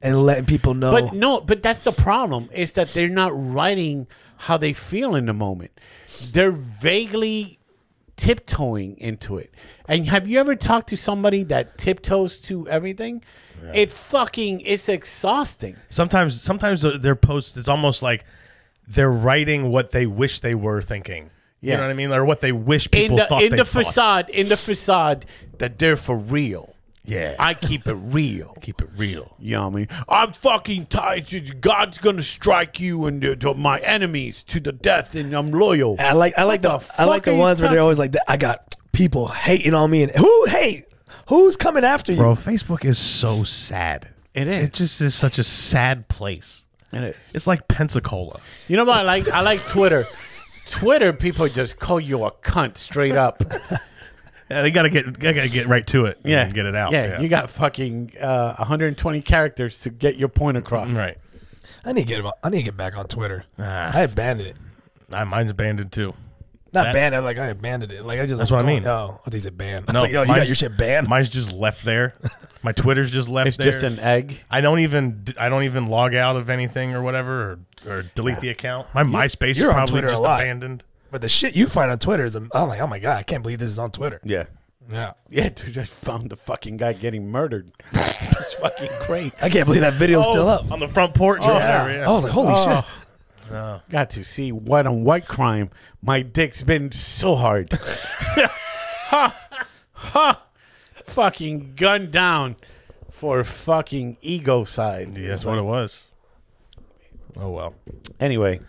Speaker 3: and letting people know.
Speaker 2: Oh.
Speaker 4: But no, but that's the problem is that they're not writing how they feel in the moment. They're vaguely tiptoeing into it. And have you ever talked to somebody that tiptoes to everything? It fucking it's exhausting.
Speaker 2: Sometimes, sometimes their- their posts it's almost like they're writing what they wish they were thinking. You
Speaker 4: Yeah.
Speaker 2: know what I mean, or what they wish
Speaker 4: In
Speaker 2: people
Speaker 4: the
Speaker 2: thought
Speaker 4: in
Speaker 2: they
Speaker 4: the
Speaker 2: thought.
Speaker 4: facade, in the facade that they're for real.
Speaker 2: Yeah,
Speaker 4: I keep it real.
Speaker 2: keep it real.
Speaker 4: You know what I mean? I'm fucking tired. God's gonna strike you and the, to my enemies to the death, and I'm loyal.
Speaker 3: I like I like the,
Speaker 4: the
Speaker 3: I like
Speaker 4: fuck
Speaker 3: the
Speaker 4: are you
Speaker 3: ones where they're
Speaker 4: talking-
Speaker 3: always like I got people hating on me and who hate who's coming after you?
Speaker 2: Bro, Facebook is so sad.
Speaker 4: It is.
Speaker 2: It just is such a sad place.
Speaker 4: It is.
Speaker 2: It's like Pensacola.
Speaker 4: You know what I like? I like Twitter. Twitter people just call you a cunt straight up.
Speaker 2: Yeah, they gotta get, they gotta get right to it.
Speaker 4: Yeah,
Speaker 2: and get it out.
Speaker 4: Yeah, you got fucking uh, 120 characters to get your point across.
Speaker 2: right.
Speaker 3: I need to get I need to get back on Twitter. I abandoned it.
Speaker 2: Ah, mine's banded too.
Speaker 3: Not
Speaker 2: That-
Speaker 3: banned. I'm like I abandoned it. Like I just
Speaker 2: That's what I
Speaker 3: don't
Speaker 2: mean.
Speaker 3: know. Oh, these are banned. No, like, yo, you
Speaker 2: mine's-
Speaker 3: got your shit banned.
Speaker 2: Mine's just left there. My Twitter's just left
Speaker 4: It's
Speaker 2: there.
Speaker 4: just an egg.
Speaker 2: I don't even I don't even log out of anything or whatever or, or delete the account. My MySpace is
Speaker 3: you're on
Speaker 2: probably
Speaker 3: Twitter a
Speaker 2: just
Speaker 3: lot.
Speaker 2: abandoned.
Speaker 3: but the shit you find on Twitter is I'm like oh my god I can't believe this is on Twitter.
Speaker 4: Yeah.
Speaker 3: Yeah.
Speaker 4: Yeah, dude, I found the fucking guy getting murdered. [LAUGHS] It's fucking great.
Speaker 3: I can't believe that video's still up.
Speaker 2: Oh,
Speaker 3: Oh,
Speaker 2: on the front porch. or whatever, yeah.
Speaker 3: I was like, holy shit.
Speaker 4: Oh. Got to see white on white crime. My dick's been so hard. [LAUGHS] ha! Ha! Fucking gunned down for fucking ego side.
Speaker 2: Yeah, that's what it was. Oh well,
Speaker 4: Anyway,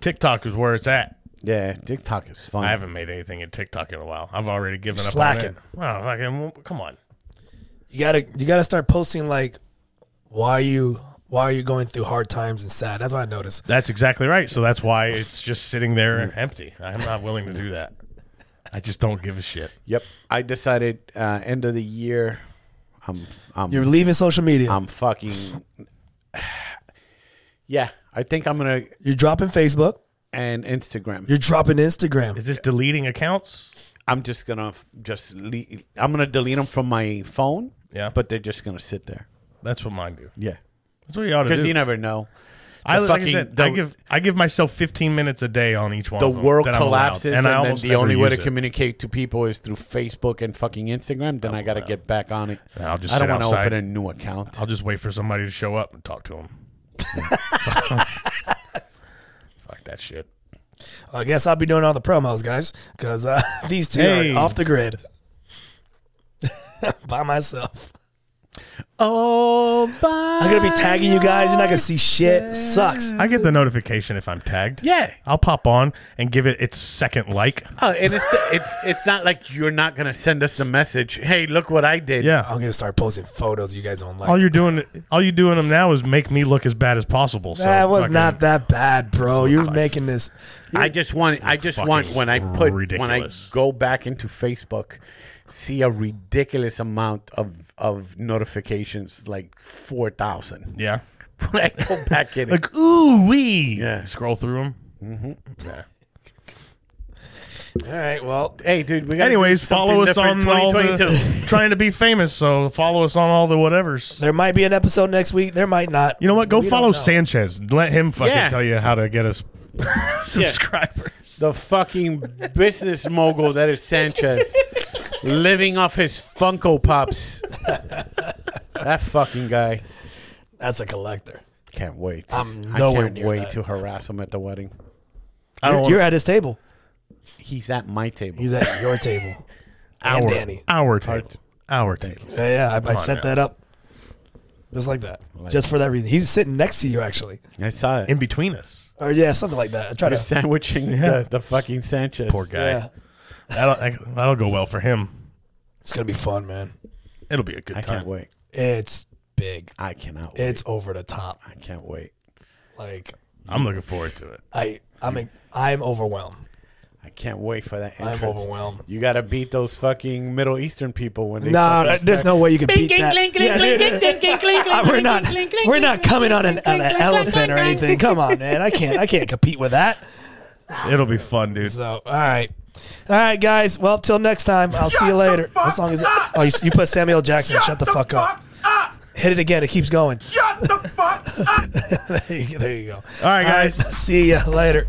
Speaker 2: TikTok is where it's at.
Speaker 4: yeah, TikTok is fun.
Speaker 2: I haven't made anything in TikTok in a while. I've already given up.
Speaker 3: Slacking.
Speaker 2: On it. Wow, fucking, come on.
Speaker 3: You gotta you gotta start posting like why are you why are you going through hard times and sad? That's what I noticed.
Speaker 2: That's exactly right. So that's why it's just sitting there
Speaker 3: Mm.
Speaker 2: and empty. I'm not willing to do that. I just don't give a shit.
Speaker 4: Yep. I decided uh, end of the year. I'm I'm
Speaker 3: You're leaving social media.
Speaker 2: Um,
Speaker 4: I'm fucking. [SIGHS] yeah, I think I'm gonna
Speaker 3: you're dropping Facebook.
Speaker 4: and Instagram.
Speaker 3: You're dropping Instagram.
Speaker 2: Is this deleting accounts?
Speaker 4: I'm just gonna f- just le- I'm gonna delete them from my phone.
Speaker 2: Yeah.
Speaker 4: But they're just gonna sit there.
Speaker 2: That's what mine do.
Speaker 4: Yeah.
Speaker 2: That's what you ought to do.
Speaker 4: Because you never know.
Speaker 2: I,
Speaker 4: The
Speaker 2: like I,
Speaker 4: fucking-
Speaker 2: said,
Speaker 4: the-
Speaker 2: I give I give myself 15 minutes a day on each one.
Speaker 4: The
Speaker 2: of them
Speaker 4: world
Speaker 2: that I'm allowed,
Speaker 4: collapses, and,
Speaker 2: I
Speaker 4: then
Speaker 2: almost
Speaker 4: the
Speaker 2: never
Speaker 4: only way to
Speaker 2: use it.
Speaker 4: communicate to people is through Facebook and fucking Instagram. Then I got to get back on it.
Speaker 2: I'll just
Speaker 4: I
Speaker 2: sit
Speaker 4: don't wanna open
Speaker 2: outside.
Speaker 4: a new account.
Speaker 2: I'll just wait for somebody to show up and talk to them.
Speaker 4: [LAUGHS]
Speaker 2: Fuck that shit.
Speaker 3: I guess I'll be doing all the promos, guys, because uh, [LAUGHS] these two [LAUGHS]
Speaker 2: Hey.
Speaker 3: are off the grid by myself.
Speaker 4: Oh, bye.
Speaker 3: I'm gonna be tagging you guys. You're not gonna see shit. Sucks.
Speaker 2: I
Speaker 3: [LAUGHS]
Speaker 2: get the notification if I'm tagged.
Speaker 4: Yeah.
Speaker 2: I'll pop on and give it its second like.
Speaker 4: Oh, and it's it's it's not like you're not gonna send us the message. Hey, look what I did.
Speaker 2: Yeah.
Speaker 3: I'm gonna start posting photos you guys don't like.
Speaker 2: All
Speaker 3: [LAUGHS]
Speaker 2: you're doing, all you doing them now is make me look as bad as possible. So
Speaker 3: that was
Speaker 2: fucking-
Speaker 3: not that bad, bro. You're making this.
Speaker 4: I just want I just
Speaker 2: Fucking
Speaker 4: want when I put when I
Speaker 2: ridiculous.
Speaker 4: go back into Facebook, see a ridiculous amount of of notifications, like four thousand. [LAUGHS]
Speaker 2: Yeah.
Speaker 4: When I go back in, it,
Speaker 2: Like ooh wee.
Speaker 4: Yeah.
Speaker 2: Scroll through them.
Speaker 3: All right, well,
Speaker 4: hey, dude. We gotta
Speaker 2: Anyways,
Speaker 4: do
Speaker 2: follow us on
Speaker 4: something
Speaker 2: all
Speaker 4: different
Speaker 2: the [LAUGHS] trying to be famous. So follow us on all the whatevers.
Speaker 3: there might be an episode next week. There might not.
Speaker 2: You know what? Go
Speaker 3: We don't
Speaker 2: follow
Speaker 3: know.
Speaker 2: Sanchez. Let him fucking
Speaker 4: Yeah.
Speaker 2: tell you how to get us subscribers.
Speaker 4: the fucking business mogul that is Sanchez, living off his Funko Pops. that fucking guy.
Speaker 3: That's a collector.
Speaker 4: Can't wait. To,
Speaker 3: I'm
Speaker 4: I
Speaker 3: nowhere
Speaker 4: can't
Speaker 3: near
Speaker 4: wait
Speaker 3: that.
Speaker 4: to harass him at the wedding.
Speaker 3: I don't. You're, you're at his table.
Speaker 4: He's at my table.
Speaker 3: He's at your
Speaker 2: [LAUGHS]
Speaker 3: table. and
Speaker 2: Our
Speaker 3: Danny.
Speaker 2: our table. Our table.
Speaker 3: Yeah, yeah. I, I
Speaker 2: on
Speaker 3: set
Speaker 2: now.
Speaker 3: that up just like that, just for that reason. He's sitting next to you, actually,
Speaker 4: I saw it.
Speaker 2: In between us.
Speaker 3: or yeah, something like that. I try
Speaker 4: You're
Speaker 3: to.
Speaker 4: sandwiching the, the fucking Sanchez.
Speaker 2: Poor guy.
Speaker 3: Yeah,
Speaker 2: That'll, that'll go well for him.
Speaker 3: it's gonna be fun, man.
Speaker 2: It'll be a good
Speaker 4: I
Speaker 2: time.
Speaker 4: can't wait.
Speaker 3: It's big.
Speaker 4: I cannot wait.
Speaker 3: It's over the top.
Speaker 4: I can't wait.
Speaker 3: Like
Speaker 2: I'm looking forward to it.
Speaker 3: I, I'm, a, I'm overwhelmed.
Speaker 4: I can't wait for that
Speaker 3: I'm
Speaker 4: entrance.
Speaker 3: overwhelmed.
Speaker 4: You gotta beat those fucking Middle Eastern people when they.
Speaker 3: No,
Speaker 4: fucking
Speaker 3: there's
Speaker 4: start-
Speaker 3: no way you can beat that. Yeah, dude. [LAUGHS] Uh, We're
Speaker 7: We're
Speaker 3: not, we're not coming on an, on an elephant or anything. Come on, man. I can't, I can't compete with that.
Speaker 2: It'll be fun, dude.
Speaker 3: So, all right, all right, guys. Well, till next time. I'll see you later. As long as it, oh, you, you put Samuel Jackson. Shut, the, fuck up. Hit it again. It keeps [LAUGHS] going. Shut the fuck up. there, you, there you go.
Speaker 2: All right,
Speaker 3: All right,
Speaker 2: guys.
Speaker 3: see you later.